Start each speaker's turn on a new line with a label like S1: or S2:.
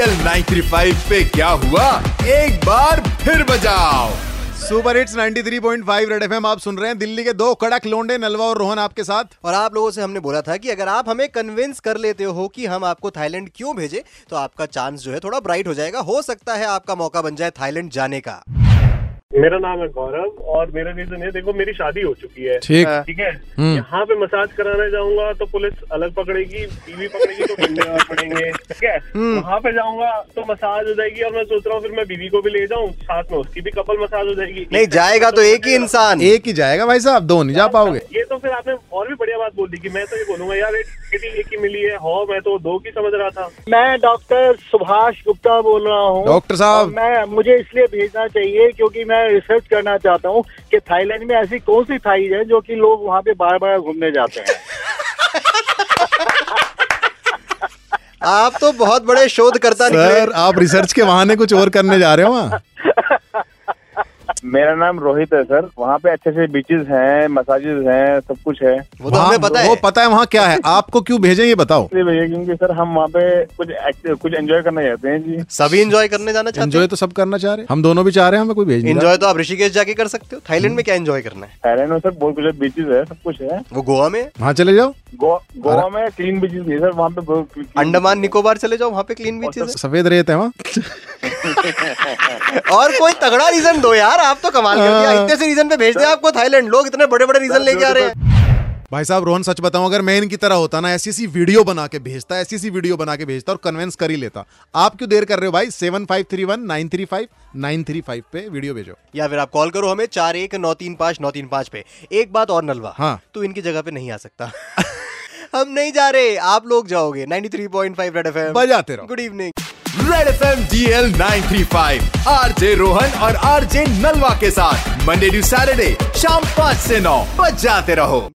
S1: 95 पे क्या हुआ एक बार फिर बजाओ
S2: सुपर हिट्स 93.5 रेड एफएम आप सुन रहे हैं दिल्ली के दो कड़क लोंडे नलवा और रोहन आपके साथ
S3: और आप लोगों से हमने बोला था कि अगर आप हमें कन्विंस कर लेते हो कि हम आपको थाईलैंड क्यों भेजे तो आपका चांस जो है थोड़ा ब्राइट हो जाएगा हो सकता है आपका मौका बन जाए थाईलैंड जाने का
S4: मेरा नाम है गौरव और मेरा रीजन है देखो मेरी शादी हो चुकी है
S2: ठीक
S4: ठीक है
S3: हम्म।
S4: यहाँ पे मसाज कराने जाऊंगा तो पुलिस अलग पकड़ेगी बीवी पकड़ेगी तो गुंडे अलग पकड़ेंगे ठीक है
S3: हम्म।
S4: वहाँ पे जाऊंगा तो मसाज हो जाएगी और मैं सोच रहा हूँ फिर मैं बीवी को भी ले जाऊँ साथ में उसकी भी कपल मसाज हो जाएगी
S3: नहीं जाएगा तो एक ही इंसान
S2: एक ही जाएगा भाई साहब दो नहीं जा पाओगे
S4: ये तो फिर आपने और भी बढ़िया बात बोल दी कि मैं तो ये बोलूंगा यार एक बेटी एक ही मिली है हो मैं तो दो की समझ रहा था
S5: मैं डॉक्टर सुभाष गुप्ता बोल रहा हूँ
S2: डॉक्टर
S5: और
S2: साहब
S5: मैं मुझे इसलिए भेजना चाहिए क्योंकि मैं रिसर्च करना चाहता हूँ कि थाईलैंड में ऐसी कौन सी थाई है जो कि लोग वहाँ पे बार बार घूमने जाते हैं
S3: आप तो बहुत बड़े शोधकर्ता निकले
S2: सर आप रिसर्च के बहाने कुछ और करने जा रहे हो वहाँ
S6: मेरा नाम रोहित है सर वहाँ पे अच्छे से बीचेस हैं मसाजेस हैं सब कुछ है
S3: वो तो हमें
S2: वहाँ-
S3: पता है
S2: वो पता है वहाँ क्या है आपको क्यों भेजें ये बताओ
S6: इसलिए भैया क्योंकि सर हम वहाँ पे कुछ active- कुछ एंजॉय करना चाहते हैं जी
S3: सभी एंजॉय करने जाना चाहते
S2: एंजॉय तो सब करना चाह रहे हैं। हम दोनों भी चाह रहे हैं हमें कोई भेज
S3: हैं एंजॉय तो आप ऋषिकेश जाके कर सकते हो थाईलैंड में क्या एंजॉय करना है
S6: थाईलैंड में सर बहुत कुछ बीचेस है सब कुछ है
S3: वो गोवा में है।
S2: वहाँ चले जाओ
S6: गोवा गोवा में क्लीन बीचेस नहीं है सर वहाँ पे बहुत clean beaches
S3: अंडमान
S6: हैं।
S3: निकोबार चले जाओ वहाँ पे क्लीन बीचेस
S2: सफेद रेत है वहाँ
S3: और कोई तगड़ा रीजन दो यार आप तो कमाल कर दिया
S2: हाँ।
S3: इतने से रीजन पे भेज दिया आपको थाईलैंड लोग इतने बड़े बड़े रीजन लेके आ रहे हैं
S2: भाई साहब रोहन सच बताऊं अगर मैं इनकी तरह होता ना ऐसी ऐसी वीडियो बना के भेजता ऐसी ऐसी वीडियो बना के भेजता और कन्वेंस कर ही लेता आप क्यों देर कर रहे हो भाई seven five three one nine three five nine three five पे वीडियो भेजो
S3: या फिर आप कॉल करो हमें चार एक नौ तीन पाँच नौ तीन पाँच पे एक बात और नलवा
S2: हाँ।
S3: तू इनकी जगह पे नहीं आ सकता हम नहीं जा रहे आप लोग जाओगे 93.5 three point five red F M
S2: बजाते रहो
S3: good evening
S1: red F M D L nine three five RJ Rohan और आरजे नलवा के साथ मंडे टू सैटरडे शाम 5 से 9 बजाते रहो